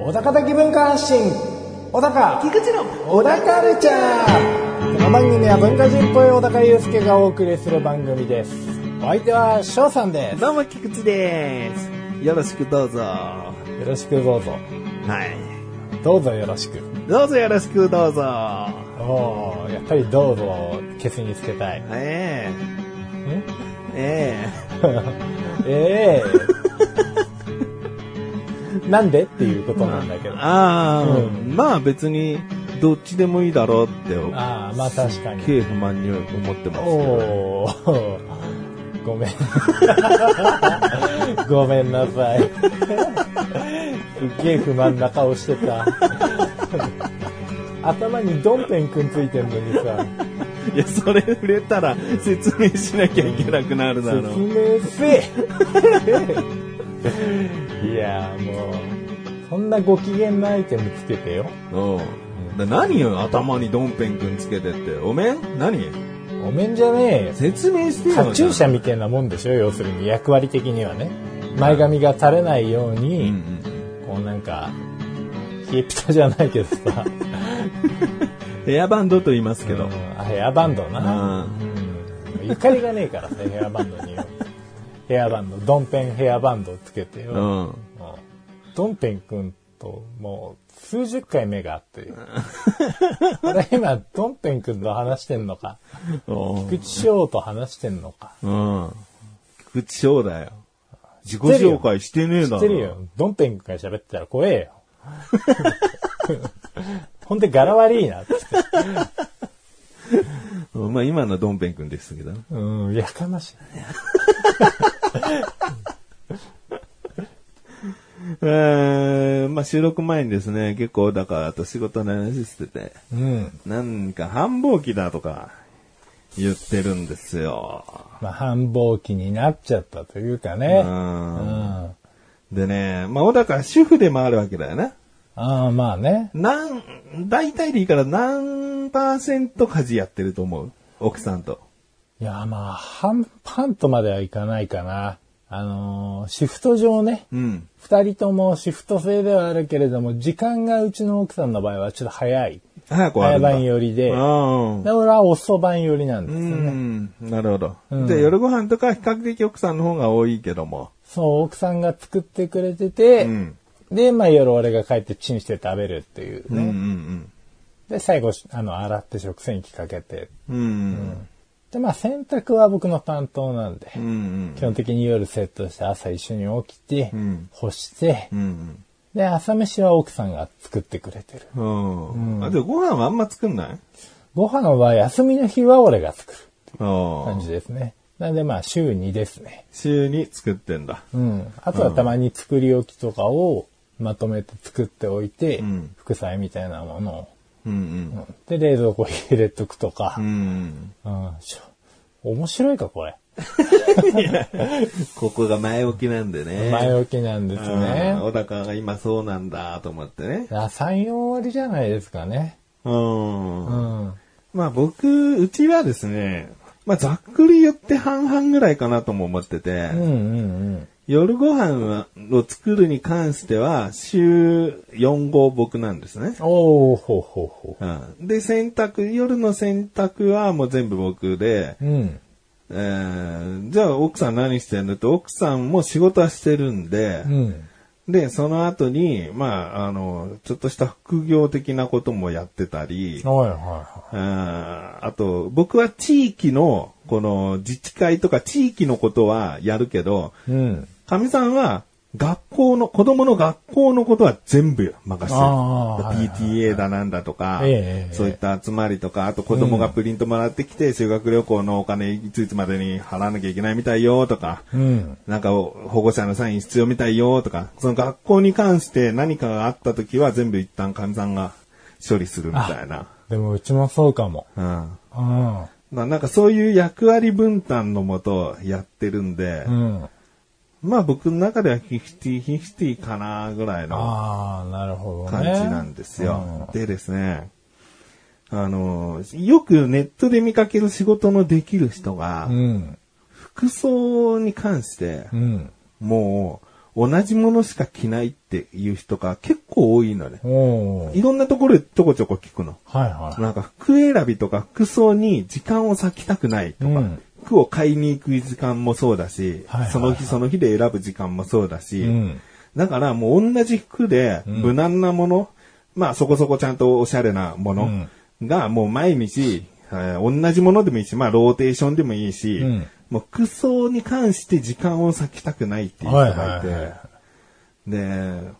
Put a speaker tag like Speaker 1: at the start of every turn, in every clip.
Speaker 1: 小高的文化発信小高
Speaker 2: 菊池の
Speaker 1: 小高カルチャーこの番組は文化人っぽい小高祐介がお送りする番組ですお相手は翔さんです
Speaker 2: どうも菊池ですよろしくどうぞは
Speaker 1: よろしくどうぞ
Speaker 2: い
Speaker 1: どうぞよろしく
Speaker 2: どうぞよろしくどうぞ
Speaker 1: おーやっぱりどうぞをケツにつけたい
Speaker 2: え
Speaker 1: ん
Speaker 2: ええ
Speaker 1: ええ なんでっていうことなんだけ
Speaker 2: え
Speaker 1: ど
Speaker 2: ああ、
Speaker 1: うん
Speaker 2: まあ別にどっちでもいいだろうって
Speaker 1: ああまあ確かに
Speaker 2: 経不満に思ってますけど
Speaker 1: おおご めんごめんなさいすっげえ不満な顔してた頭にドンペンくんついてんのにさ
Speaker 2: いやそれ触れたら説明しなきゃいけなくなるだろ
Speaker 1: 説
Speaker 2: う
Speaker 1: 明せえいやもうそんなご機嫌なアイテムつけてよ
Speaker 2: おうだ何よ頭にドンペンくんつけてっておめん何
Speaker 1: ごめんじゃねえよ
Speaker 2: 説明してよ
Speaker 1: カチューシャみたいなもんでしょ要するに役割的にはね前髪が垂れないよう
Speaker 2: うんう
Speaker 1: に、
Speaker 2: ん
Speaker 1: こうなんか、冷えピタじゃないけどさ、
Speaker 2: エアバンドと言いますけ
Speaker 1: う
Speaker 2: ど、
Speaker 1: んあヘアバンドな。
Speaker 2: あ
Speaker 1: うん怒りがねえからさ、ヘアバンドによ。ヘアバンド、ドンペンヘアバンドをつけて
Speaker 2: あ
Speaker 1: よ。
Speaker 2: うん
Speaker 1: もうドンペンくんともう数十回目があってる。俺今、ドンペンくんと話してんのか、
Speaker 2: おう
Speaker 1: 菊池翔と話してんのか。
Speaker 2: うん。菊池翔だよ。自己紹介してねえだ
Speaker 1: 知
Speaker 2: ろ。
Speaker 1: ってるよ。ドンペンくんが喋ってたら怖えよ。 ほんで柄悪いなって。
Speaker 2: うん。まあ今のドンペン君ですけど。
Speaker 1: うん、やかましい。
Speaker 2: えー、まあ収録前にですね、結構だからあと仕事の話してて、
Speaker 1: うん。
Speaker 2: なんか繁忙期だとか言ってるんですよ。
Speaker 1: まあ、繁忙期になっちゃったというか
Speaker 2: う。
Speaker 1: ね。うんん。
Speaker 2: でね、まあ小高は主婦でもあるわけだよね。
Speaker 1: ああ、まあね。
Speaker 2: なん、大体でいいから何パーセント家事やってると思う奥さんと。
Speaker 1: いや、まあ、半、パンとまではいかないかな。あのーシフト上ね。
Speaker 2: うん。
Speaker 1: 二人ともシフト制ではあるけれども、時間がうちの奥さんの場合はちょっと早い。
Speaker 2: 早く終わ
Speaker 1: 早
Speaker 2: るんだ。
Speaker 1: 番寄りで。だ
Speaker 2: うん。
Speaker 1: から俺は遅番寄りなんです
Speaker 2: う
Speaker 1: よね。
Speaker 2: ん、なるほど。
Speaker 1: うん
Speaker 2: で、夜ご飯とかは比較的奥さんの方が多いけども。
Speaker 1: そう、奥さんが作ってくれてて、
Speaker 2: うん。
Speaker 1: で、まあ夜俺が帰ってチンして食べるっていう
Speaker 2: うんう
Speaker 1: ね。
Speaker 2: ん
Speaker 1: で、最後、あの、洗って食洗機かけて
Speaker 2: うん。うん
Speaker 1: で、まあ洗濯は僕の担当なんで、
Speaker 2: うん。うん
Speaker 1: 基本的に夜セットして朝一緒に起きて、
Speaker 2: うん
Speaker 1: 干して、
Speaker 2: うん。
Speaker 1: で、朝飯は奥さんが作ってくれてる。
Speaker 2: うん。うん。あ、で、ご飯はあんま作んない
Speaker 1: ご飯は休みの日は俺が作る
Speaker 2: あ
Speaker 1: 感
Speaker 2: あ。
Speaker 1: じですね。なんでまあ週2ですね。
Speaker 2: 週に作ってんだ。
Speaker 1: うん。あとはたまに作り置きとかをまとめて作っておいて、
Speaker 2: ん
Speaker 1: 副菜みたいなものを。
Speaker 2: うん
Speaker 1: で、冷蔵庫に入れとくとか
Speaker 2: うん。う。ん。
Speaker 1: うん。しょ面白いか、これ。
Speaker 2: ここが前置きなんでね。
Speaker 1: 前
Speaker 2: 置
Speaker 1: 置きなんですね。
Speaker 2: 小高が今そうなんだと思ってね。
Speaker 1: あ3、4割じゃないですかね。
Speaker 2: う
Speaker 1: う。
Speaker 2: ん
Speaker 1: ん。
Speaker 2: まあ僕、うちはですね、まあざっくり言って半々ぐらいかなとも思ってて。
Speaker 1: うんうん
Speaker 2: 夜ご飯はを作るに関しては、週4号僕なんですね。
Speaker 1: うん。おおほうほうほ
Speaker 2: うん、で、洗濯、夜の洗濯はもう全部僕で、
Speaker 1: う。うん。
Speaker 2: えーじゃあ奥さん何してんのって、奥さんも仕事はしてるんで
Speaker 1: う、ん。
Speaker 2: で、その後に、まあ、あの、ちょっとした副業的なこともやってたり、
Speaker 1: はいはいは
Speaker 2: あーあと、僕は地域の、この自治会とか地域のことはやるけど、
Speaker 1: い。うん。
Speaker 2: かみさんは、学校の、子供の学校のことは全部任せてる。
Speaker 1: あーはいはい
Speaker 2: PTA だなんだとか、
Speaker 1: ええ
Speaker 2: そういった集まりとか、あと子供がプリントもらってきて、修学旅行のお金いついつまでに払わなきゃいけないみたいよとか、
Speaker 1: うん。
Speaker 2: なんか保護者のサイン必要みたいよとか、その学校に関して何かがあった時は全部一旦かみさんが処理するみたいな。
Speaker 1: でもうちもそうかも。
Speaker 2: うん
Speaker 1: うん。
Speaker 2: まあなんかそういう役割分担のもとやってるんで、
Speaker 1: うん。
Speaker 2: まあ僕の中では50-50かなぐらいの
Speaker 1: ああ、なるほど
Speaker 2: 感
Speaker 1: ね。
Speaker 2: じなんですよ。でですね、あの、よくネットで見かける仕事のできる人が
Speaker 1: う、ん。
Speaker 2: 服装に関して
Speaker 1: う、ん。
Speaker 2: もう、同じものしか着ないっていう人が結構多いのね。
Speaker 1: おー
Speaker 2: いろんなところでちょこちょこ聞くの。
Speaker 1: はいは
Speaker 2: なんか服選びとか服装に時間を割きたくないとか、
Speaker 1: うん
Speaker 2: 服を買いに行く時間もそうだし、
Speaker 1: はいはいはい
Speaker 2: その日その日で選ぶ時間もそうだし、
Speaker 1: い。うん。
Speaker 2: だからもう同じ服で
Speaker 1: ん
Speaker 2: 無難なもの、まあそこそこちゃんとおしゃれなものがもう毎日、えー同じものでもいいし、まあローテーションでもいいし、
Speaker 1: うん
Speaker 2: もう服装に関して時間を割きたくないっていう人がいて、
Speaker 1: はいはいは
Speaker 2: で、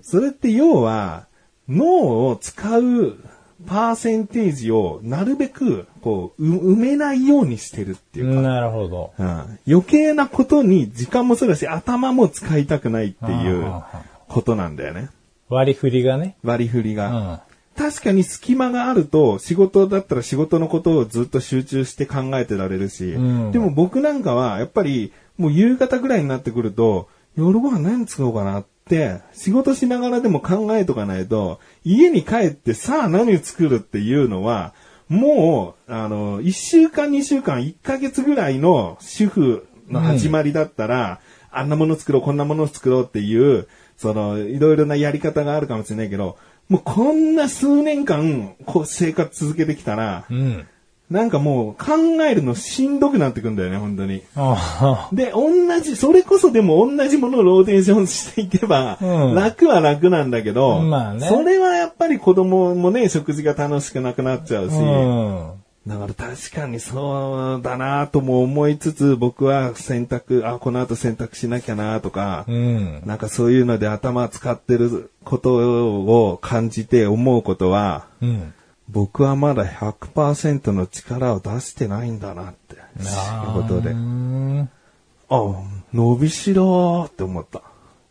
Speaker 2: それって要は脳を使うパーセンテージをなるべくこうう埋めないようにしてるっていうか、
Speaker 1: なるほど。
Speaker 2: うん余計なことに時間もそうだし、頭も使いたくないっていう
Speaker 1: ああ
Speaker 2: ことなんだよね。
Speaker 1: 割り振りがね。
Speaker 2: 割り振り
Speaker 1: う
Speaker 2: が。
Speaker 1: ん。
Speaker 2: 確かに隙間があると、仕事だったら仕事のことをずっと集中して考えてられるし、
Speaker 1: うん
Speaker 2: でも僕なんかは、やっぱり、もう夕方ぐらいになってくると、夜ご飯何作ろうかなって、仕事しながらでも考えとかないと、家に帰ってさあ何作るっていうのは、もう、あの、1週間、2週間、1ヶ月ぐらいの主婦の始まりだったら、あんなもの作ろう、こんなもの作ろうっていう、その、いろいろなやり方があるかもしれないけど、もうこんな数年間、こう生活続けてきたら、
Speaker 1: うん。
Speaker 2: なんかもう考えるのしんどくなってくんだよね、本当に。
Speaker 1: あ
Speaker 2: で、同じ、それこそでも同じものをローテーションしていけば、
Speaker 1: うん
Speaker 2: 楽は楽なんだけど、
Speaker 1: まあね
Speaker 2: それはやっぱり子供もね、食事が楽しくなくなっちゃう
Speaker 1: あ。
Speaker 2: し、
Speaker 1: うん。
Speaker 2: だから確かにそうだなとも思いつつ、僕は洗濯、あ、この後洗濯しなきゃなとか、
Speaker 1: うん。
Speaker 2: なんかそういうので頭使ってることを感じて思うことは、
Speaker 1: うん。
Speaker 2: 僕はまだ100%の力を出してないんだなって、ということで
Speaker 1: うー。ん
Speaker 2: あ、伸びしろーって思った。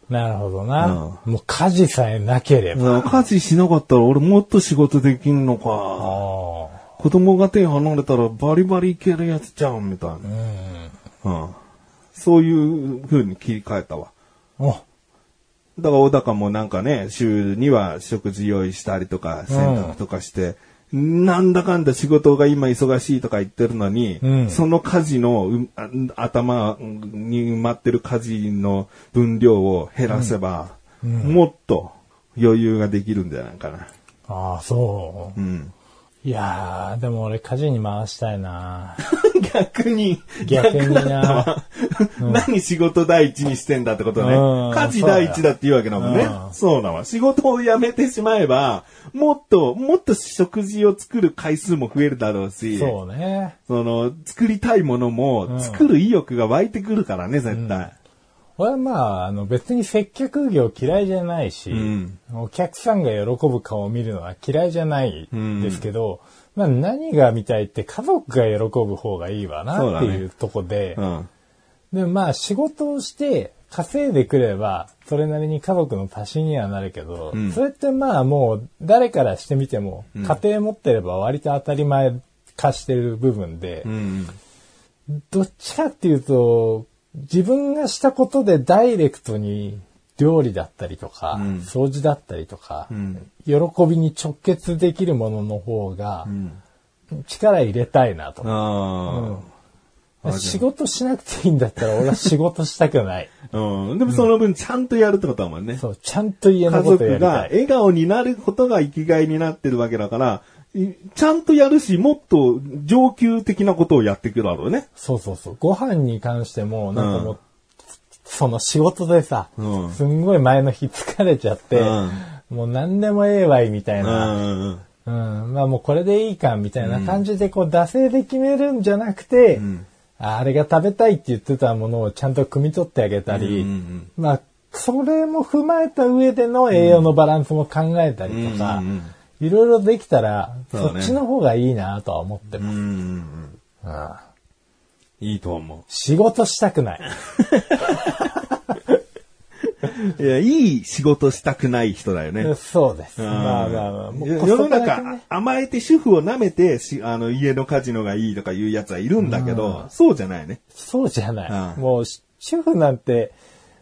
Speaker 1: なるほどな。もう家事さえなければ。
Speaker 2: あ家事しなかったら俺もっと仕事できんのか。
Speaker 1: あ
Speaker 2: 子供が手離れたらバリバリいけるやつじゃん、みたい
Speaker 1: あ。うん。
Speaker 2: な。うん。そういう風に切り替えたわ。
Speaker 1: お、
Speaker 2: だから小高もなんかね、週には食事用意したりとか、洗濯とかして、なんだかんだ仕事が今忙しいとか言ってるのに、
Speaker 1: うん
Speaker 2: その家事のうあ頭に埋まってる家事の分量を減らせば、もっと余裕ができるんじゃないかな。
Speaker 1: ああ、そう
Speaker 2: う。ん。
Speaker 1: いやー、でも俺家事に回したいな。
Speaker 2: 逆に、
Speaker 1: 逆にな
Speaker 2: だったわ。何仕事第一にしてんだってことね。
Speaker 1: うん
Speaker 2: 家事第一だって言うわけだもんね
Speaker 1: う。ん
Speaker 2: そうだわ。仕事を辞めてしまえば、もっと、もっと食事を作る回数も増えるだろうし、
Speaker 1: そうね。
Speaker 2: その、作りたいものも、作る意欲が湧いてくるからね、絶対。
Speaker 1: 俺はまあ、あの別に接客業嫌いじゃないし、
Speaker 2: ん
Speaker 1: お客さんが喜ぶ顔を見るのは嫌いじゃないですけど、まあ何が見たいって家族が喜ぶ方がいいわ
Speaker 2: そう
Speaker 1: なっ
Speaker 2: だ
Speaker 1: て
Speaker 2: ね
Speaker 1: いうとこで、
Speaker 2: うん。
Speaker 1: でまあ仕事をして稼いでくれば、それなりに家族の足しにはなるけど、
Speaker 2: ん
Speaker 1: それってまあもう誰からしてみても、家庭持ってれば割と当たり前化してる部分で、
Speaker 2: うん。
Speaker 1: どっちかっていうと、自分がしたことでダイレクトに料理だったりとか、
Speaker 2: ん
Speaker 1: 掃除だったりとか、
Speaker 2: ん
Speaker 1: 喜びに直結できるものの方が、力入れたいなと。
Speaker 2: ああ
Speaker 1: 仕事しなくていいんだったら俺は仕事したくない。
Speaker 2: あ。うん。でもその分ちゃんとやるってことだもんね。
Speaker 1: そう、ちゃんと家
Speaker 2: 家
Speaker 1: のことや
Speaker 2: 族
Speaker 1: り
Speaker 2: が
Speaker 1: たい。
Speaker 2: 笑顔になることが生きがいになってるわけだから、いちゃんとやるし、もっと上級的なことをやっていくだろうね。
Speaker 1: そうそうそう。ご飯に関しても、なんかもう、
Speaker 2: うん
Speaker 1: その仕事でさ、
Speaker 2: うん
Speaker 1: すんごい前の日疲れちゃって、
Speaker 2: うん
Speaker 1: もう何でもええわいみたいうな、
Speaker 2: ん。
Speaker 1: うん、まあもうこれでいいかみたいな感じでこう惰性で決めるんじゃなくて、ああれが食べたいって言ってたものをちゃんと汲み取ってあげたり、
Speaker 2: うんうん
Speaker 1: まあそれも踏まえた上での栄養のバランスも考えたりとか、
Speaker 2: うんうんうん
Speaker 1: いろいろできたらそ,、
Speaker 2: そうね
Speaker 1: っちの方がいいなとは思って
Speaker 2: う
Speaker 1: ます、
Speaker 2: ん。
Speaker 1: うん
Speaker 2: いいと思
Speaker 1: 仕事した くない。
Speaker 2: う。いや、いい仕事したくない人だよね。
Speaker 1: そうです。
Speaker 2: うん
Speaker 1: まあまあまあ、もう
Speaker 2: 世
Speaker 1: 子
Speaker 2: の
Speaker 1: 育てね
Speaker 2: 中、甘えて主婦を舐めてし、あの、家の家事のがいいとかいうやつはいるんだけど、そうじゃないね。
Speaker 1: そうじゃない。
Speaker 2: うん
Speaker 1: もう、主婦なんて、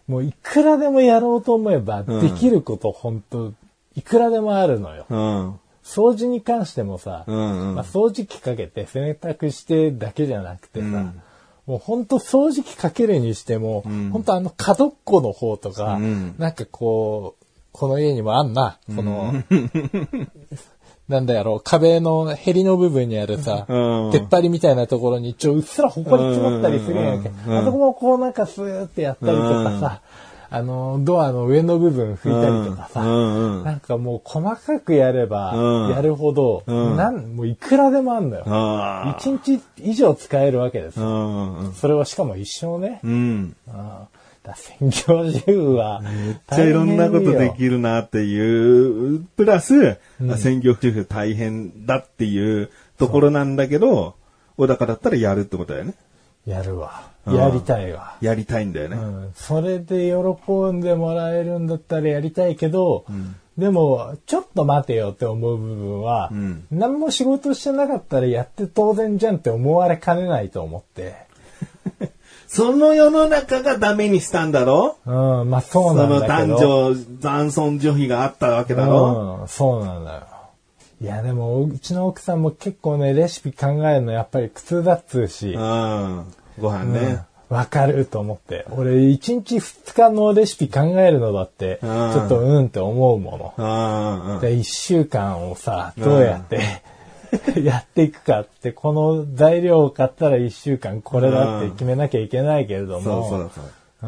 Speaker 1: もういくらでもやろうと思えば、できること、本当いくらでもあるのよ。
Speaker 2: うん。
Speaker 1: 掃除に関してもさ、
Speaker 2: うんうん
Speaker 1: まあ、掃除機かけて洗濯してだけじゃなくてさ、
Speaker 2: うん
Speaker 1: もうほんと掃除機かけるにしても、ほん、本当あの角っこの方とか、
Speaker 2: うん
Speaker 1: なんかこう、この家にもあんな、その、 なんだやろう、壁のヘリの部分にあるさ、
Speaker 2: うん
Speaker 1: 出っ張りみたいなところに一応うっすらほこり積もったりするやんけ。
Speaker 2: うん
Speaker 1: あそこもこうなんかスーってやったりとかさ、あの、ドアの上の部分拭いたりとかさ、
Speaker 2: うんうんうん
Speaker 1: なんかもう細かくやれ
Speaker 2: うん
Speaker 1: ば、やるほど、
Speaker 2: うん
Speaker 1: なん、もういくらでもあんだよ。
Speaker 2: ああ。
Speaker 1: 一日以上使えるわけです
Speaker 2: う。んうん
Speaker 1: それはしかも一生ね。
Speaker 2: うん。
Speaker 1: うん。だ専業主婦は、めっ
Speaker 2: めっちゃいろんなことできるなっていう、プラス、専業主婦大変だっていうところなんだけど、小高だったらやるってことだよね。
Speaker 1: やるわ。
Speaker 2: うん
Speaker 1: やりたいわ。
Speaker 2: やりたいんだよね。
Speaker 1: うん、それで喜んでもらえるんだったらやりたいけど、でもちょっと待てよって思う部分は、
Speaker 2: ん
Speaker 1: 何も仕事してなかったらやって当然じゃんって思われかねないと思って、
Speaker 2: その世の中がダメにしたんだろ
Speaker 1: うん、まあそう
Speaker 2: そ
Speaker 1: なん
Speaker 2: の
Speaker 1: だけ
Speaker 2: 男
Speaker 1: ど
Speaker 2: 女、男尊女卑があったわけだろ、
Speaker 1: うん、そうなんだよいやでもうちの奥さんも結構ねレシピ考えるのやっぱり苦痛だっつうし、
Speaker 2: うん、ご飯ね。
Speaker 1: うんわかると思って。俺、1日2日のレシピ考えるのだって、ち
Speaker 2: うん
Speaker 1: ょっとうんって思うもの。
Speaker 2: うんうん
Speaker 1: で、一週間をさ、どうやって、 やっていくかって、この材料を買ったら一週間これだって決めなきゃいけないけれども。
Speaker 2: そうそうそ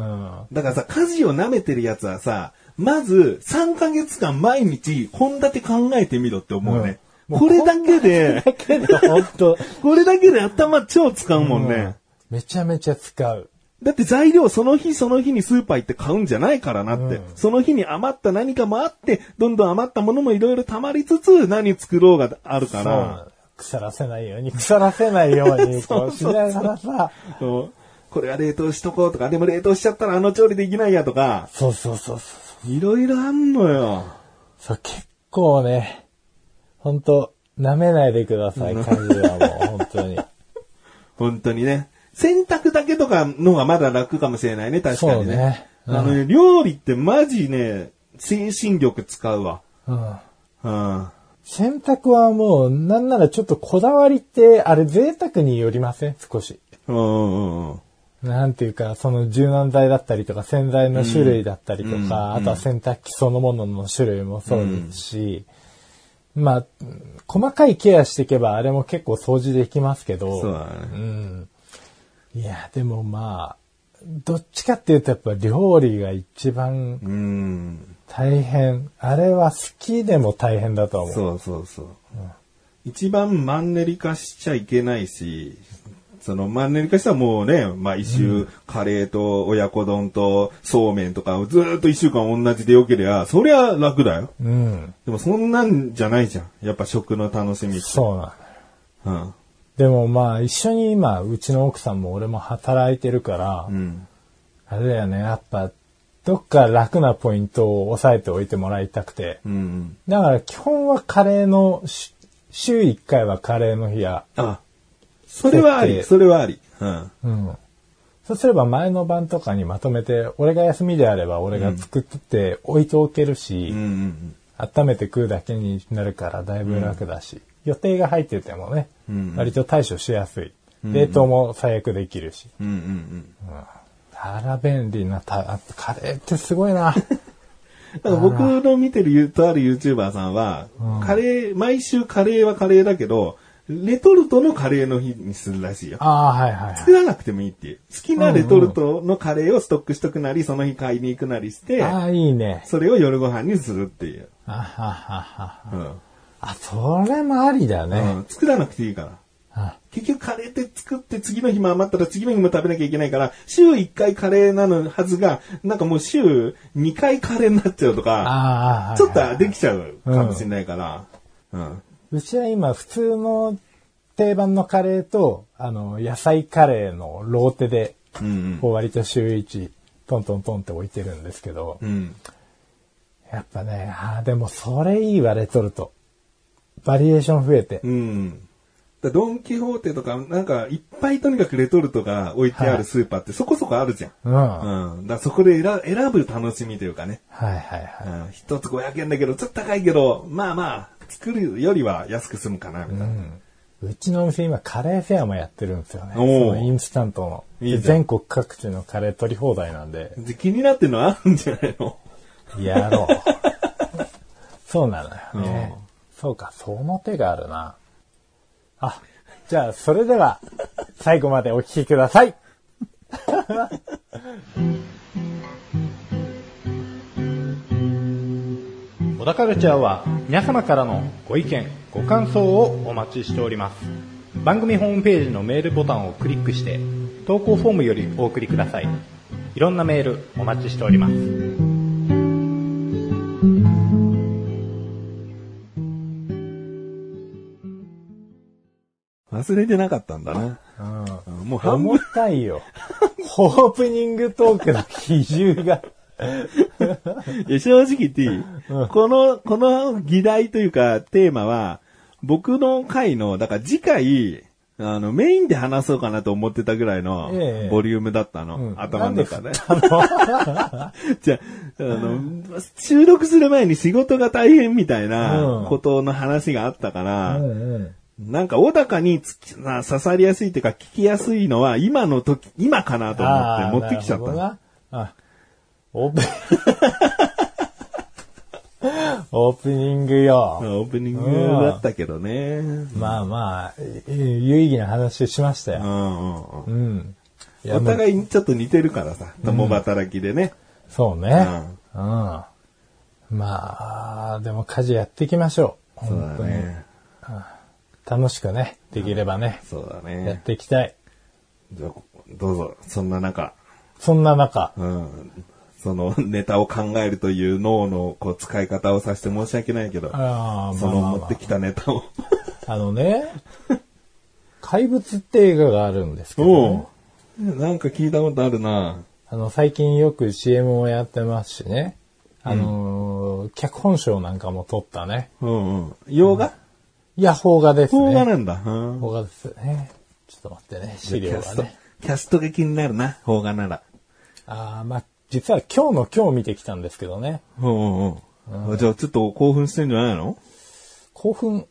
Speaker 1: う
Speaker 2: う。
Speaker 1: ん。
Speaker 2: だからさ、家事を舐めてるやつはさ、まず3ヶ月間毎日献立考えてみろって思うね。
Speaker 1: うん
Speaker 2: これだけで、
Speaker 1: けど、本当
Speaker 2: これだけで頭超使うもんね。
Speaker 1: めちゃめちゃ使う。
Speaker 2: だって材料その日その日にスーパー行って買うんじゃないからなって。その日に余った何かもあって、どんどん余ったものもいろいろ溜まりつつ、何作ろうがある
Speaker 1: そう
Speaker 2: か
Speaker 1: な
Speaker 2: ら。
Speaker 1: の腐らせないように、腐らせないよう に、こうし
Speaker 2: そうそうそ
Speaker 1: な
Speaker 2: う
Speaker 1: がらさ、
Speaker 2: そうこれは冷凍しとこうとか、でも冷凍しちゃったらあの調理できないやとか、
Speaker 1: そうそうそうそう。
Speaker 2: いろいろあんのよ。
Speaker 1: そう、結構ね、本当舐めないでください、感じはもう、本 当に。
Speaker 2: 本当にね。洗濯だけとかのがまだ楽かもしれないね、確かにね。
Speaker 1: そうねうん
Speaker 2: あのね、料理ってマジね、精神力使うわ。
Speaker 1: うん。
Speaker 2: うん。
Speaker 1: 洗濯はもう、なんならちょっとこだわりって、あれ贅沢によりません少し。
Speaker 2: うんうんうん。
Speaker 1: なんていうか、その柔軟剤だったりとか、洗剤の種類だったりとか、
Speaker 2: うんうん
Speaker 1: あとは洗濯機そのものの種類もそうですし、まあ、細かいケアしていけば、あれも結構掃除できますけど、
Speaker 2: そうだ
Speaker 1: う
Speaker 2: ね。
Speaker 1: ん。いや、でもまあ、どっちかっていうとやっぱ料理が一番
Speaker 2: うん。
Speaker 1: 大変。あれは好きでも大変だと思う。
Speaker 2: そうそうそう。一番マンネリ化しちゃいけないし、そのマンネリ化したらもうね、毎週カレーと親子丼とそうめんとかをずーっと一週間同じでよけりゃ、そりゃ楽だよ。
Speaker 1: うん。
Speaker 2: でもそんなんじゃないじゃん。やっぱ食の楽しみって。
Speaker 1: そうなんだ
Speaker 2: うん。
Speaker 1: でもまあ一緒に今うちの奥さんも俺も働いてるから、
Speaker 2: うん。
Speaker 1: あれだよねやっぱどっか楽なポイントを抑えておいてもらいたくて
Speaker 2: うん。
Speaker 1: だから基本はカレーのし週1回はカレーの日や、
Speaker 2: あ、それはあり、それはあり。うん。
Speaker 1: うん、そうすれば前の晩とかにまとめて俺が休みであれば俺が作って置いておけるし、
Speaker 2: うんうん
Speaker 1: 温めて食うだけになるからだいぶ楽だし、予定が入っててもね、
Speaker 2: うん
Speaker 1: 割と対処しやすい冷凍も最悪できるし、
Speaker 2: うん。うんうん
Speaker 1: あら便利なた、あカレーってすごい な。
Speaker 2: うん。だから僕の見てるゆとある YouTuber さんは、カレー、毎週カレーはカレーだけど、レトルトのカレーの日にするらしいよ。
Speaker 1: ああー、はいはい
Speaker 2: 作らなくてもいいっていう。好きなレトルトのカレーをストックしとくなり、その日買いに行くなりして
Speaker 1: はい。、ああ、いいね。
Speaker 2: それを夜ご飯にするっていう。
Speaker 1: あははは。
Speaker 2: うん。
Speaker 1: あ、それもありだね。
Speaker 2: うん作らなくていいから。
Speaker 1: あ
Speaker 2: 結局カレーって作って次の日も余ったら次の日も食べなきゃいけないから、週1回カレーなのはずが、なんかもう週2回カレーになっちゃうと
Speaker 1: あ
Speaker 2: か、
Speaker 1: ああ、
Speaker 2: ちょっ
Speaker 1: はいはい
Speaker 2: とできちゃうかもしれないから。うん。
Speaker 1: うちは今、普通の定番のカレーと、あの、野菜カレーのローテで、
Speaker 2: うんうん。
Speaker 1: こう割と週1、トントントンって置いてるんですけど、
Speaker 2: うん。
Speaker 1: やっぱね、ああ、でもそれいいわ、レトルト。バリエーション増えて。
Speaker 2: うん。だドン・キホーテとか、なんか、いっぱいとにかくレトルトが置いてあるスーパーってそこそこあるじゃん。
Speaker 1: うん。はい
Speaker 2: うん。だからそこで選選ぶ楽しみというかね。
Speaker 1: はいはい。
Speaker 2: うん。一つ500円だけど、ちょっと高いけど、まあまあ、作るよりは安く済むかな、みたいな。
Speaker 1: うちのお店今カレーフェアもやってるんですよね。そ
Speaker 2: おー
Speaker 1: のインスタントの。
Speaker 2: いいじゃん
Speaker 1: で全国各地のカレー取り放題なんで、
Speaker 2: で気になってるのあるんじゃないの
Speaker 1: やろう。 そうなのよね。そうか、その手があるな。あ、じゃあそれでは、最後までお聞きください。 小田カルチャーは皆様からのご意見、ご感想をお待ちしております。番組ホームページのメールボタンをクリックして、投稿フォームよりお送りください。いろんなメールお待ちしております。
Speaker 2: 忘れてなかったんだな。うんもう半
Speaker 1: 重
Speaker 2: 分、
Speaker 1: たいよ。オープニングトークの比重が。
Speaker 2: いや正直言っていい、この、この議題というかテーマは、僕の回の、だから次回、あの、メインで話そうかなと思ってたぐらいの
Speaker 1: ええ
Speaker 2: ボリュームだったの。
Speaker 1: うん
Speaker 2: 頭の中で。
Speaker 1: あ
Speaker 2: じゃあ、あの、収録する前に仕事が大変みたいな
Speaker 1: うん
Speaker 2: ことの話があったから、
Speaker 1: のうんうん
Speaker 2: なんか小高につきな刺さりやすいっていうか聞きやすいのは今の時、今かなと
Speaker 1: あ
Speaker 2: 思
Speaker 1: ー
Speaker 2: って持ってきちゃっ
Speaker 1: なるほど
Speaker 2: た。
Speaker 1: なあオープオープニングよ。
Speaker 2: オープニングだったけどね。うん
Speaker 1: まあまあ、い有意義な話しました
Speaker 2: う
Speaker 1: よ。
Speaker 2: んうん
Speaker 1: うん。いや
Speaker 2: お互いにちょっと似てるからさ、共働きでね。
Speaker 1: そうね。うん。まあ、でも家事やっていきましょう。
Speaker 2: そう
Speaker 1: 本
Speaker 2: だ
Speaker 1: 当に。
Speaker 2: ね。
Speaker 1: 楽しくね、できればね、
Speaker 2: そうだ
Speaker 1: やっ
Speaker 2: ね。
Speaker 1: ていきたい。
Speaker 2: じゃあどうぞ、そんな中、
Speaker 1: そんな中、
Speaker 2: うん、そのネタを考えるという脳のこう使い方をさせて申し訳ないけど、
Speaker 1: ああ、
Speaker 2: そ
Speaker 1: まあ
Speaker 2: の
Speaker 1: まあ、
Speaker 2: 持
Speaker 1: ま
Speaker 2: ってきたネタを。
Speaker 1: あ、あのね、怪物って映画があるんですけど、ね
Speaker 2: お、うなんか聞いたことあるな。
Speaker 1: あの、最近よく CM もやってますしね、あのー脚本賞なんかも取ったね。
Speaker 2: うんうん。洋画
Speaker 1: いや、邦画ですね。
Speaker 2: 邦画なんだ。うん
Speaker 1: 邦画ですね。ちょっと待ってね、資
Speaker 2: キ
Speaker 1: 料
Speaker 2: ャス
Speaker 1: が
Speaker 2: ト
Speaker 1: ね。、
Speaker 2: キャストが気になるな、邦画なら。
Speaker 1: ああ、まあ、実は今日の今日見てきたんですけどね、
Speaker 2: うんうんうん。じゃあちょっと興奮してんじゃないの
Speaker 1: 興奮、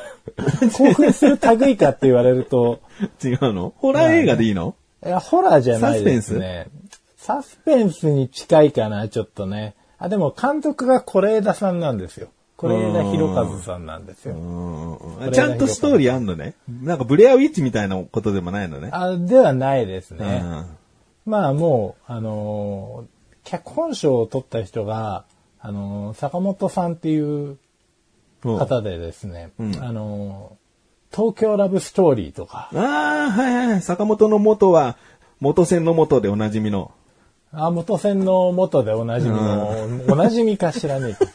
Speaker 1: 興奮する類かって言われると、
Speaker 2: 違うのホラー映画でいいの
Speaker 1: いや、ホラーじゃないですね。サスペンスに近いかな、ちょっとね。あ、でも監督が是枝さんなんですよ。是枝裕和さんなんですよ。
Speaker 2: うんうんう
Speaker 1: れ
Speaker 2: ん。ちゃんとストーリーあんのね。なんかブレアウィッチみたいなことでもないのね。
Speaker 1: あではないです
Speaker 2: う
Speaker 1: ね。
Speaker 2: ん。
Speaker 1: まあもう、あのー脚本賞を取った人が、あのー坂本さんっていう
Speaker 2: うんあ
Speaker 1: 方でですね、
Speaker 2: うん
Speaker 1: あのー東京ラブストーリーとか、
Speaker 2: あ、はいはい。坂本の元は、元戦の元でおなじみの。
Speaker 1: あ、元戦の元でおなじみの、おなじみか知らねえけど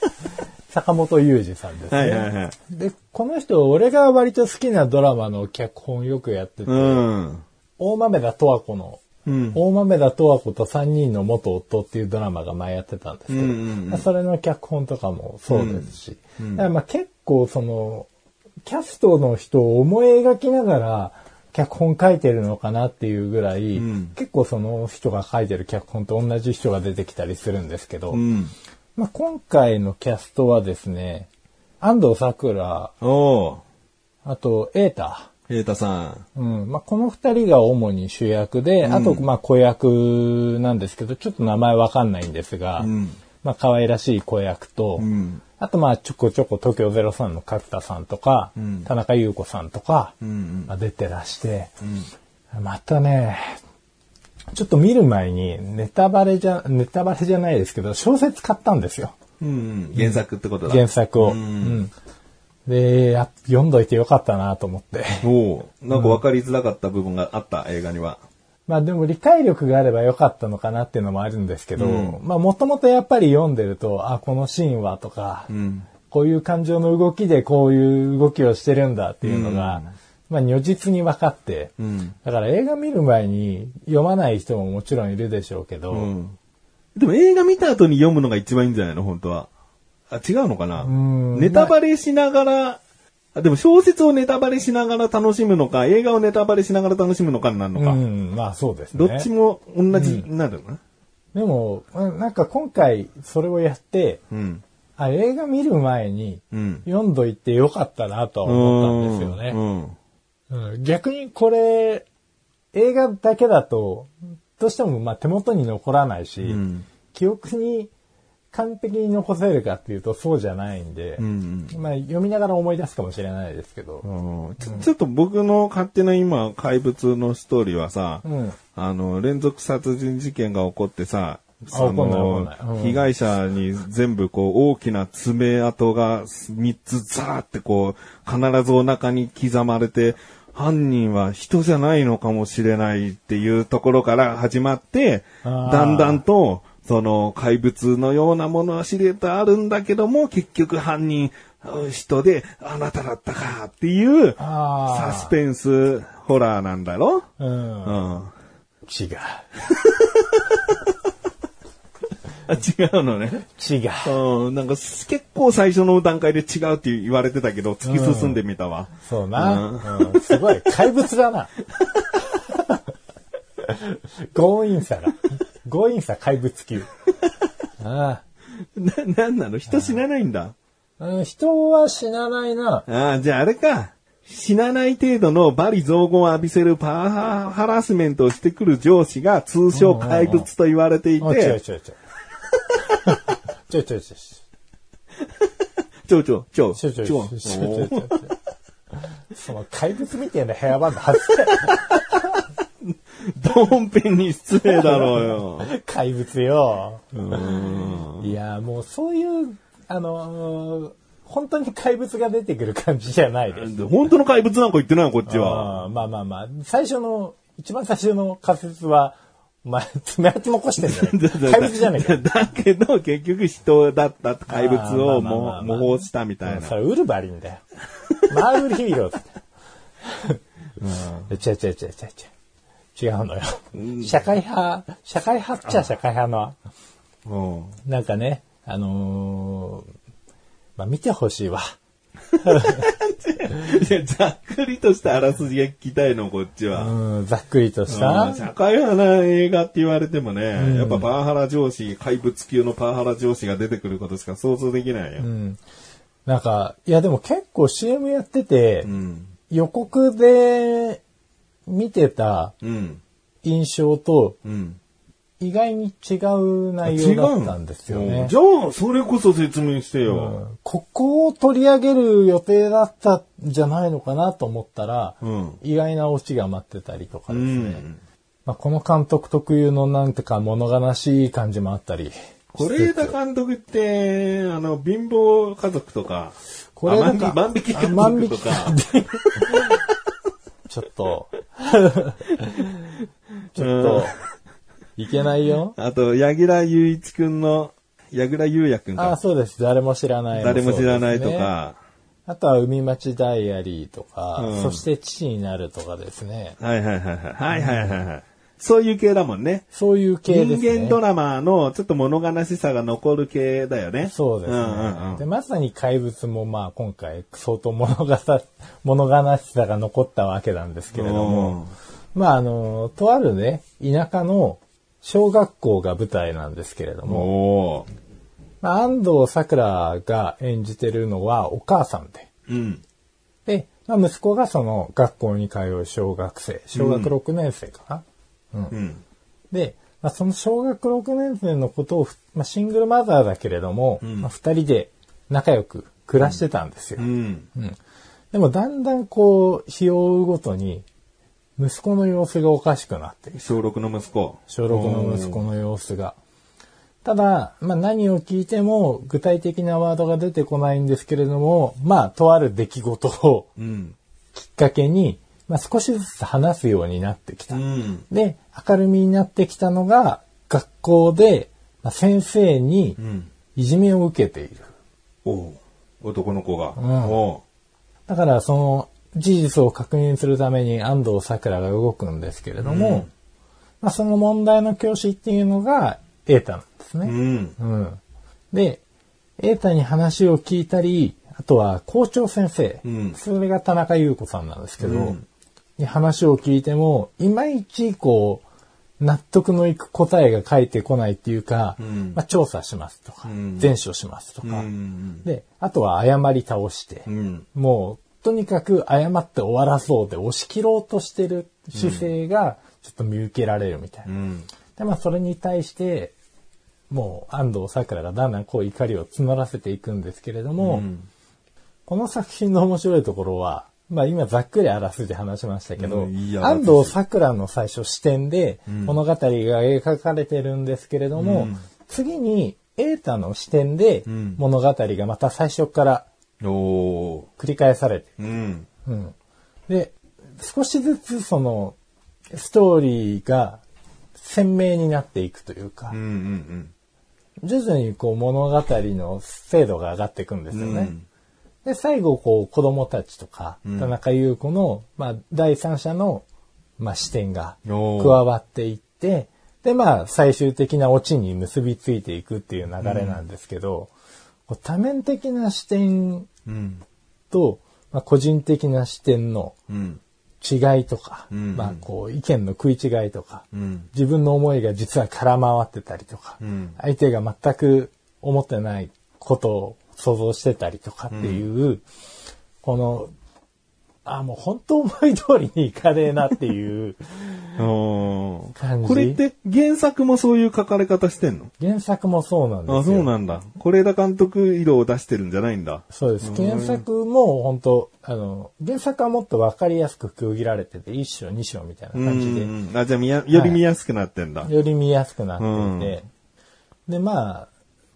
Speaker 1: 坂本雄二さんですね。
Speaker 2: はいはいはい。
Speaker 1: で、この人、俺が割と好きなドラマの脚本よくやってて、
Speaker 2: うん。
Speaker 1: 大豆田十和子の、
Speaker 2: うん。
Speaker 1: 大豆田十和子と三人の元夫っていうドラマが前やってたんですけど、
Speaker 2: うんうんうん
Speaker 1: それの脚本とかもそうですし、だからまあ結構その、キャストの人を思い描きながら、脚本書いてるのかなっていうぐらい、
Speaker 2: うん
Speaker 1: 結構その人が書いてる脚本と同じ人が出てきたりするんですけど、
Speaker 2: うん。
Speaker 1: まあ、今回のキャストはですね、安藤サクラ、
Speaker 2: おう。
Speaker 1: あと、エータ。
Speaker 2: 瑛太さん。
Speaker 1: うん。まあ、この二人が主に主役で、あと、まあ、子役なんですけど、ちょっと名前わかんないんですが、
Speaker 2: うん
Speaker 1: まあ、可愛らしい子役と、
Speaker 2: うん。
Speaker 1: あと、まあ、ちょこちょこ東京03の角田さんとか、
Speaker 2: うん
Speaker 1: 田中優子さんとか、
Speaker 2: うん
Speaker 1: まあ、出てらして、またね、ちょっと見る前に、ネタバレじゃ、ネタバレじゃないですけど、小説買ったんですよ。
Speaker 2: うん。うん。原作ってことだ。
Speaker 1: 原作を。
Speaker 2: う
Speaker 1: うんんで、やっ読んどいてよかったなと思って。
Speaker 2: おうなんか分かりづらかった部分があった、映画には。
Speaker 1: まあでも理解力があればよかったのかなっていうのもあるんですけど、
Speaker 2: う
Speaker 1: まあもともとやっぱり読んでると、あ、このシーンはとか、
Speaker 2: うん。
Speaker 1: こういう感情の動きでこういう動きをしてるんだっていうのが、まあ如実に分かって、
Speaker 2: うん。
Speaker 1: だから映画見る前に読まない人ももちろんいるでしょうけど、
Speaker 2: うん。でも映画見た後に読むのが一番いいんじゃないの本当は。あ、違うのかな
Speaker 1: うん
Speaker 2: ネタバレしながら、あ、でも小説をネタバレしながら楽しむのか、映画をネタバレしながら楽しむのかになるの
Speaker 1: う
Speaker 2: か。
Speaker 1: ん、まあそうですね。
Speaker 2: どっちも同じになるのかな
Speaker 1: でも、うんなんか今回それをやって、
Speaker 2: うん。
Speaker 1: あ映画見る前に、
Speaker 2: うん。
Speaker 1: 読んどいてよかったなとは思ったんですよね。
Speaker 2: ね。
Speaker 1: うん逆にこれ、映画だけだと、どうしてもまあ手元に残らないし、
Speaker 2: ん
Speaker 1: 記憶に完璧に残せるかっていうとそうじゃないんで、
Speaker 2: うん。
Speaker 1: まあ読みながら思い出すかもしれないですけど、
Speaker 2: うん。ちょちょっと僕の勝手な今、怪物のストーリーはさ、
Speaker 1: うん
Speaker 2: あの、連続殺人事件が起こってさ、
Speaker 1: あ
Speaker 2: そ
Speaker 1: 起こんない
Speaker 2: の
Speaker 1: 起こんないうん
Speaker 2: 被害者に全部こう大きな爪痕が3つザーってこう必ずお腹に刻まれて犯人は人じゃないのかもしれないっていうところから始まって
Speaker 1: あー
Speaker 2: だんだんとその怪物のようなものは知れてあるんだけども結局犯人人であなただったかっていう
Speaker 1: あー
Speaker 2: サスペンスホラーなんだろ
Speaker 1: うん
Speaker 2: う、ん
Speaker 1: 違う。
Speaker 2: あ、違うのね。
Speaker 1: 違う。
Speaker 2: うん、なんかす結構最初の段階で違うって言われてたけど、突き進んでみたわ。
Speaker 1: そうな、うんすごい、怪物だな。強引さが。強引さ怪物級。あ
Speaker 2: な、なんなの人死なないんだ。
Speaker 1: あうん人は死なないな。
Speaker 2: ああ、じゃああれか。死なない程度の罵詈雑言を浴びせるパワハハラスメントをしてくる上司が通称怪物と言われてい
Speaker 1: あ違う
Speaker 2: て、
Speaker 1: 違う違う。 ちょいちょいちょい。
Speaker 2: ちょちょ、ちょ、
Speaker 1: ちょいちょいちょいちょいちょいちょ
Speaker 2: お
Speaker 1: いその怪物みたいなヘアバンド外せ。
Speaker 2: ドンペンに失礼だろうよ。
Speaker 1: 怪物よ。いや、もうそういう、あのー本当に怪物が出てくる感じじゃないです。
Speaker 2: 本当の怪物なんか言ってないよ、こっちは。
Speaker 1: あーまあまあまあ、最初の、一番最初の仮説は、お前、爪痕残してんじゃ ねえ怪物じゃねえか。
Speaker 2: だけど、結局人だった怪物を
Speaker 1: あーまあ
Speaker 2: も
Speaker 1: まあまあまあ
Speaker 2: 模倣したみたいな
Speaker 1: そ。れウルバリンだよ。マーブルヒーローっつって。違う違う違う違う違う。違うのよ。社会派、社会派っちゃ社会派の、
Speaker 2: うん
Speaker 1: なんかね、あのーまあ見てほしいわ。
Speaker 2: いや、ざっくりとしたあらすじが聞きたいの、こっちは。
Speaker 1: うん、ざっくりとした。
Speaker 2: 社会派な映画って言われてもね、やっぱパワハラ上司、怪物級のパワハラ上司が出てくることしか想像できないよ。
Speaker 1: なんか、いやでも結構 CM やってて、
Speaker 2: うん。
Speaker 1: 予告で見てた
Speaker 2: うん。
Speaker 1: 印象と
Speaker 2: うん。
Speaker 1: 意外に違う内容だったんですよ
Speaker 2: う
Speaker 1: ね
Speaker 2: んじ。ゃあ、それこそ説明して
Speaker 1: う
Speaker 2: よ。
Speaker 1: んここを取り上げる予定だったんじゃないのかなと思ったら、
Speaker 2: うん
Speaker 1: 意外なオチが待ってたりとか
Speaker 2: う
Speaker 1: ですね。
Speaker 2: ん。
Speaker 1: まあ、この監督特有のなんてか物悲しい感じもあったり。
Speaker 2: 是枝監督って、あの、貧乏家族とか、
Speaker 1: これ
Speaker 2: あ
Speaker 1: な
Speaker 2: 万
Speaker 1: んか
Speaker 2: 引万引き家
Speaker 1: あ万
Speaker 2: 族
Speaker 1: 引
Speaker 2: と
Speaker 1: き
Speaker 2: か、
Speaker 1: ちょっと、 ちょっと、いけないよ。
Speaker 2: あと、柳楽雄一くんの、柳楽優也くん
Speaker 1: ああ、
Speaker 2: か、
Speaker 1: そうです。誰も知らない。
Speaker 2: 誰も知らないと
Speaker 1: そうですね
Speaker 2: か、
Speaker 1: あとは海町ダイアリーとか、
Speaker 2: うん
Speaker 1: そして父になるとかですね。
Speaker 2: はいはいはいはい。はいはいはいはい。そういう系だもんね。
Speaker 1: そういう系ですね。
Speaker 2: 人間ドラマのちょっと物悲しさが残る系だよね。
Speaker 1: そうですね、
Speaker 2: んうんうん
Speaker 1: で。まさに怪物もまあ今回相当物がさ物悲しさが残ったわけなんですけれども、まああの、とあるね、田舎の小学校が舞台なんですけれど
Speaker 2: お
Speaker 1: も、
Speaker 2: お
Speaker 1: まあ、安藤サクラが演じてるのはお母さんで、
Speaker 2: ー。うん。
Speaker 1: で、まあ、息子がその学校に通う小学生、小学6年生かな。
Speaker 2: うん。
Speaker 1: で、まあ、その小学6年生のことをふ、まあ、シングルマザーだけれども、まあ、2人で仲良く暮らしてたんですよ。
Speaker 2: うん。
Speaker 1: でもだんだんこう、日を追うごとに、息子の様子がおかしくなっている、
Speaker 2: 小6の息子。
Speaker 1: 小6の息子の様子が。ただ、まあ何を聞いても具体的なワードが出てこないんですけれども、まあとある出来事を
Speaker 2: うん。
Speaker 1: きっかけに、まあ少しずつ話すようになってきた
Speaker 2: う。ん。
Speaker 1: で、明るみになってきたのが、学校で、まあ、先生に
Speaker 2: うん。
Speaker 1: いじめを受けている。
Speaker 2: おおー。男の子が。うんお
Speaker 1: だから、その、事実を確認するために安藤桜が動くんですけれども、まあ、その問題の教師っていうのが、エータなんです
Speaker 2: ーう
Speaker 1: ね。
Speaker 2: ん。
Speaker 1: うん。で、エータに話を聞いたり、あとは校長先生、
Speaker 2: うん
Speaker 1: それが田中優子さんなんですけど、
Speaker 2: うん
Speaker 1: に話を聞いても、いまいちこう、納得のいく答えが返ってこないっていうか、
Speaker 2: ん
Speaker 1: まあ、調査しますとか、
Speaker 2: うん
Speaker 1: 前処しますとか、
Speaker 2: うん
Speaker 1: で、あとは誤り倒して、
Speaker 2: うん。
Speaker 1: もう、とにかく謝って終わらそうで押し切ろうとしてる姿勢が、ちょっと見受けられるみたいな。
Speaker 2: うん。
Speaker 1: で、まあ、それに対して、もう、安藤桜がだんだんこう怒りを募らせていくんですけれども、この作品の面白いところは、まあ今ざっくりあらすじ話しましたけど、
Speaker 2: うんいいあらす
Speaker 1: 安
Speaker 2: じ
Speaker 1: 藤桜の最初視点で物語が描かれてるんですけれども、
Speaker 2: うん
Speaker 1: 次に瑛太の視点で
Speaker 2: うん
Speaker 1: 物語がまた最初から
Speaker 2: おー。
Speaker 1: 繰り返されて
Speaker 2: うん。
Speaker 1: うん。で、少しずつその、ストーリーが鮮明になっていくというか、
Speaker 2: うんうん
Speaker 1: 徐々にこう物語の精度が上がっていくんです
Speaker 2: う
Speaker 1: よ
Speaker 2: ん。
Speaker 1: ね。で、最後、こう、子供たちとか、
Speaker 2: うん
Speaker 1: 田中優子の、まあ、第三者の、まあ、視点が加
Speaker 2: おー
Speaker 1: わっていって、で、まあ、最終的なオチに結びついていくっていう流れなんですけど、こう多面的な視点
Speaker 2: うん。
Speaker 1: と、まあ、個人的な視点の
Speaker 2: うん。
Speaker 1: 違いとか、
Speaker 2: うん
Speaker 1: まあ、こう、意見の食い違いとか、
Speaker 2: うん。
Speaker 1: 自分の思いが実は空回ってたりとか、
Speaker 2: うん
Speaker 1: 相手が全く思ってないことを想像してたりとかっていう、この、あ、もう本当思い通りにいかねえなって いう
Speaker 2: おー
Speaker 1: 感じ。
Speaker 2: これって原作もそういう書かれ方してんの
Speaker 1: 原作もそうなんですよ。
Speaker 2: あ、そうなんだ。是枝監督色を出してるんじゃないんだ。
Speaker 1: そうです。原作も本当、あの、原作はもっとわかりやすく区切られてて、1章、2章みたいな感じで、
Speaker 2: うんうんあ、じゃあ見や、より見やすくなってんだ。
Speaker 1: より見やすくなっていて、で、まあ、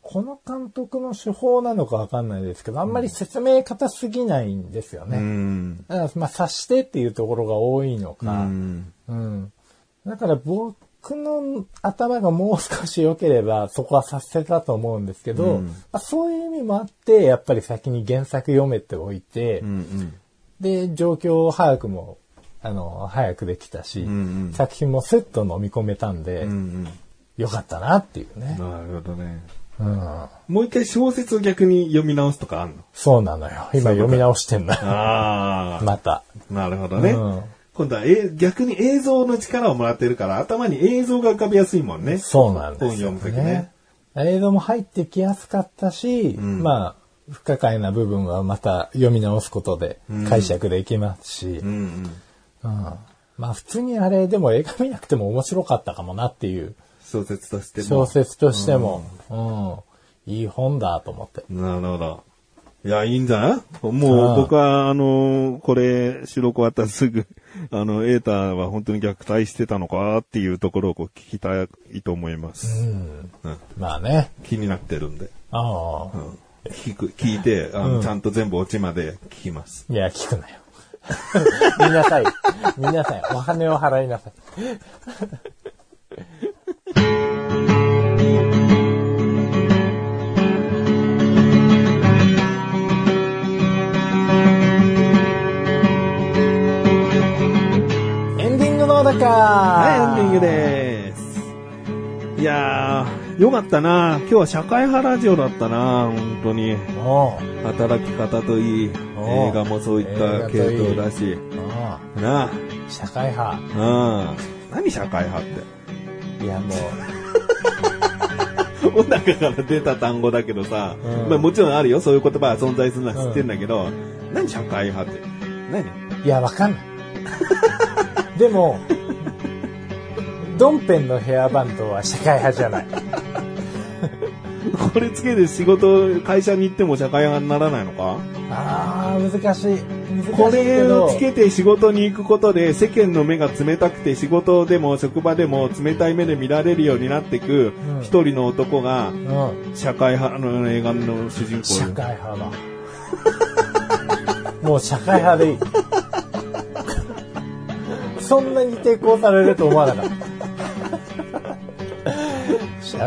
Speaker 1: この監督の手法なのかわかんないですけど、あんまり説明方すぎないんですよね。
Speaker 2: うん。
Speaker 1: だからまあ、察してっていうところが多いのか、
Speaker 2: うん。
Speaker 1: うんだから僕の頭がもう少し良ければ、そこは察せたと思うんですけど、
Speaker 2: うん
Speaker 1: まあ、そういう意味もあって、やっぱり先に原作読めておいて、
Speaker 2: うん。
Speaker 1: で、状況把握も、あの、早くできたし、
Speaker 2: うんうん
Speaker 1: 作品もスッと飲み込めたんで、
Speaker 2: うんうん。な
Speaker 1: よかったなっていうね。
Speaker 2: るほどね。
Speaker 1: うん。
Speaker 2: もう一回小説を逆に読み直すとかあんの
Speaker 1: そうなのよ。今読み直してんだ。
Speaker 2: ああ。
Speaker 1: また。
Speaker 2: なるほどね。
Speaker 1: うん
Speaker 2: 今度はえ逆に映像の力をもらってるから、頭に映像が浮かびやすいもんね。
Speaker 1: そうなんですよ、
Speaker 2: 本読むときね。
Speaker 1: 映像も入ってきやすかったし、
Speaker 2: ん
Speaker 1: まあ、不可解な部分はまた読み直すことで
Speaker 2: うん
Speaker 1: 解釈できますし、
Speaker 2: う
Speaker 1: うん
Speaker 2: んうん。
Speaker 1: まあ普通にあれでも映画見なくても面白かったかもなっていう
Speaker 2: 小説としても。
Speaker 1: 小説としても、うん、いい本だと思って。
Speaker 2: なるほど。いや、いいんじゃないもう僕は、あのーこれ、収録終わったらすぐ、 あの、エーターは本当に虐待してたのかっていうところをこう聞きたいと思います。うん
Speaker 1: まあね。
Speaker 2: 気になってるんで。
Speaker 1: ああ、
Speaker 2: うん聞く、聞いて、あのちゃんと全部オチまで聞きます。
Speaker 1: いや、聞くなよ。見なさい。見なさい。お金を払いなさい。エンディングのだか
Speaker 2: はい、エ
Speaker 1: は
Speaker 2: ンディングです。いやー、よかったな今日は社会派ラジオだったな本当に。
Speaker 1: す。おう
Speaker 2: 働き方といい、
Speaker 1: お
Speaker 2: 映画もそういった系統だし。
Speaker 1: お
Speaker 2: なあ
Speaker 1: う社会派。
Speaker 2: うん。何社会派って。
Speaker 1: いや、もう。
Speaker 2: お腹から出た単語だけどさ、
Speaker 1: うん
Speaker 2: まあもちろんあるよ、そういう言葉は存在するのは知ってんだけど、何社会派って。何
Speaker 1: いや、わかんない。でも、ドンペンのヘアバンドは社会派じゃない。
Speaker 2: これつけて仕事、会社に行っても社会派にならないのか
Speaker 1: あー、難しい。難しいけど。
Speaker 2: これをつけて仕事に行くことで世間の目が冷たくて仕事でも職場でも冷たい目で見られるようになってく
Speaker 1: うん
Speaker 2: 一人の男が
Speaker 1: うん。
Speaker 2: 社会派の映画の主人
Speaker 1: 社
Speaker 2: 公。
Speaker 1: 会派だ。もう社会派でいい。そんなに抵抗されると思わなかった。社会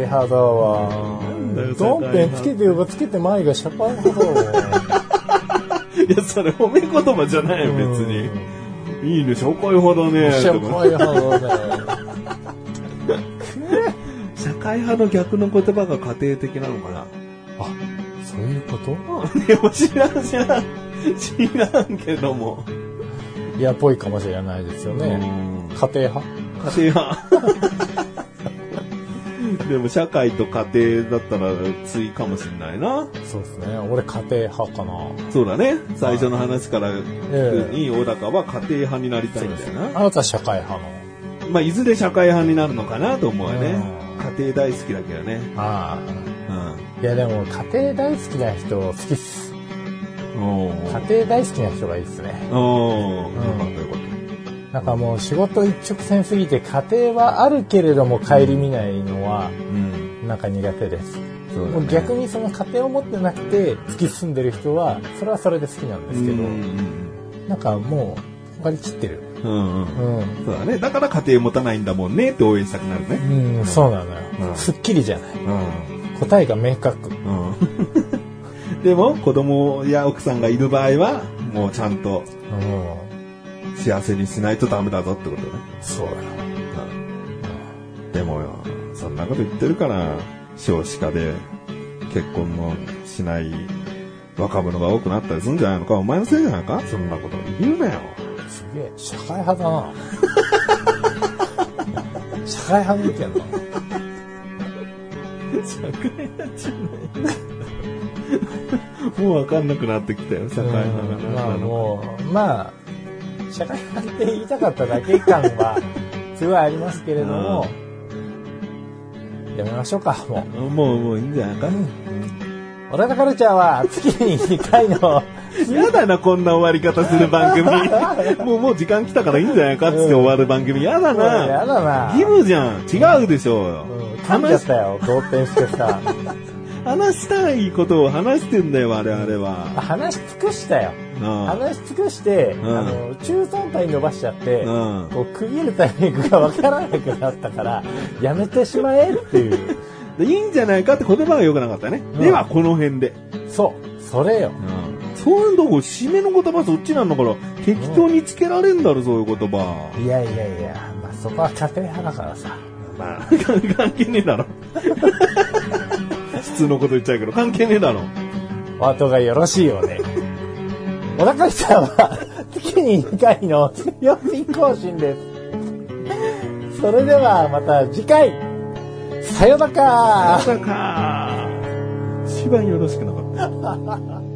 Speaker 1: 派だわ
Speaker 2: んだよ。
Speaker 1: ドンペンつけてよばつけて前が社会派だわ。
Speaker 2: いや、それ褒め言葉じゃないよ、別に。いいね、社会派だね。
Speaker 1: 社会
Speaker 2: とか
Speaker 1: 派だね。
Speaker 2: 社会派の逆の言葉が家庭的なのかな
Speaker 1: あ、そういうこと
Speaker 2: いや、知らん、知らん。知らんけども。
Speaker 1: いや、ぽいかもしれないですよね。家庭派
Speaker 2: 家庭は。 でも社会と家庭だったら対かもしんないな。
Speaker 1: そうですね。俺家庭派かな。
Speaker 2: そうだね。最初の話から
Speaker 1: ええ
Speaker 2: に、小高は家庭派になりたいんだよな。
Speaker 1: あなた社会派の。
Speaker 2: まあ、いずれ社会派になるのかなと思うよね
Speaker 1: う。
Speaker 2: 家庭大好きだけどね。
Speaker 1: あ
Speaker 2: う
Speaker 1: あ。いやでも家庭大好きな人好きっす。
Speaker 2: ん。お
Speaker 1: 家
Speaker 2: ー
Speaker 1: 庭大好きな人がいいっすね。
Speaker 2: おー
Speaker 1: ん
Speaker 2: よかったよかっ
Speaker 1: なんかもう仕事一直線すぎて家庭はあるけれども顧みないのは
Speaker 2: た。うん。
Speaker 1: なんか苦手です。
Speaker 2: そうだね
Speaker 1: もう逆にその家庭を持ってなくて突き進んでる人はそれはそれで好きなんですけど、
Speaker 2: うん
Speaker 1: なんかもう割り切ってる。
Speaker 2: うんうん。
Speaker 1: うん。
Speaker 2: そうだね。だから家庭持たないんだもんねって応援したくなるね。
Speaker 1: うん、そうなのよ。
Speaker 2: うん
Speaker 1: すっきりじゃない。
Speaker 2: う
Speaker 1: 答えが明確。
Speaker 2: ん。うん。 でも、子供や奥さんがいる場合は、もうちゃんと
Speaker 1: うん。
Speaker 2: 幸せにしないとダメだぞってことね。
Speaker 1: そうだよ。
Speaker 2: うん。でもよ、そんなこと言ってるから、少子化で結婚もしない若者が多くなったりするんじゃないのかお前のせいじゃないかそんなこと言うなよ。
Speaker 1: すげえ、社会派だ な。社会派の意見だな。
Speaker 2: 社会派じゃない。もうわかんなくなってきたよ、社会派が
Speaker 1: うん
Speaker 2: 何
Speaker 1: まあ
Speaker 2: なの
Speaker 1: もう、まあ、社会派って言いたかっただけ感は、すごいありますけれども、やめましょうか、も
Speaker 2: か。もう、もういいんじゃないか
Speaker 1: う。オラダカルチャーは月に2回 の、
Speaker 2: やだな、こんな終わり方す る番組。もう、もう時間来たからいいんじゃないかっつって終わる番組。やだ
Speaker 1: や
Speaker 2: な。
Speaker 1: だな。
Speaker 2: 義務じゃん。違うでしょう
Speaker 1: う
Speaker 2: よ
Speaker 1: ん。噛んじゃっ
Speaker 2: 話し、
Speaker 1: たよ、同点してさ。
Speaker 2: 話したいことを話してんだよ、我々は。
Speaker 1: 話し尽くしたよ。
Speaker 2: な
Speaker 1: 話し尽くして、
Speaker 2: ん
Speaker 1: あの、中3体伸ばしちゃって、
Speaker 2: うん
Speaker 1: こう区切るタイミングがわからなくなったから、やめてしまえっていう。
Speaker 2: あ。でいいんじゃないかって言葉が良くなかったね。
Speaker 1: ん
Speaker 2: では、この辺で。
Speaker 1: そう、それよ。
Speaker 2: そういうとこ、締めの言葉そっちなんだから、適当につけられんだろ、そういう言葉。
Speaker 1: いやいやいや、まあそこは家庭派だからさ。
Speaker 2: まあ、 関係ねえだ ろ。普通のこと言っちゃうけど、関係ねえだろ。
Speaker 1: お後がよろしいようで。小高さんは 月に2回の曜日更新です。それではまた次回、さよなら
Speaker 2: まさか。一番よろしくなかった。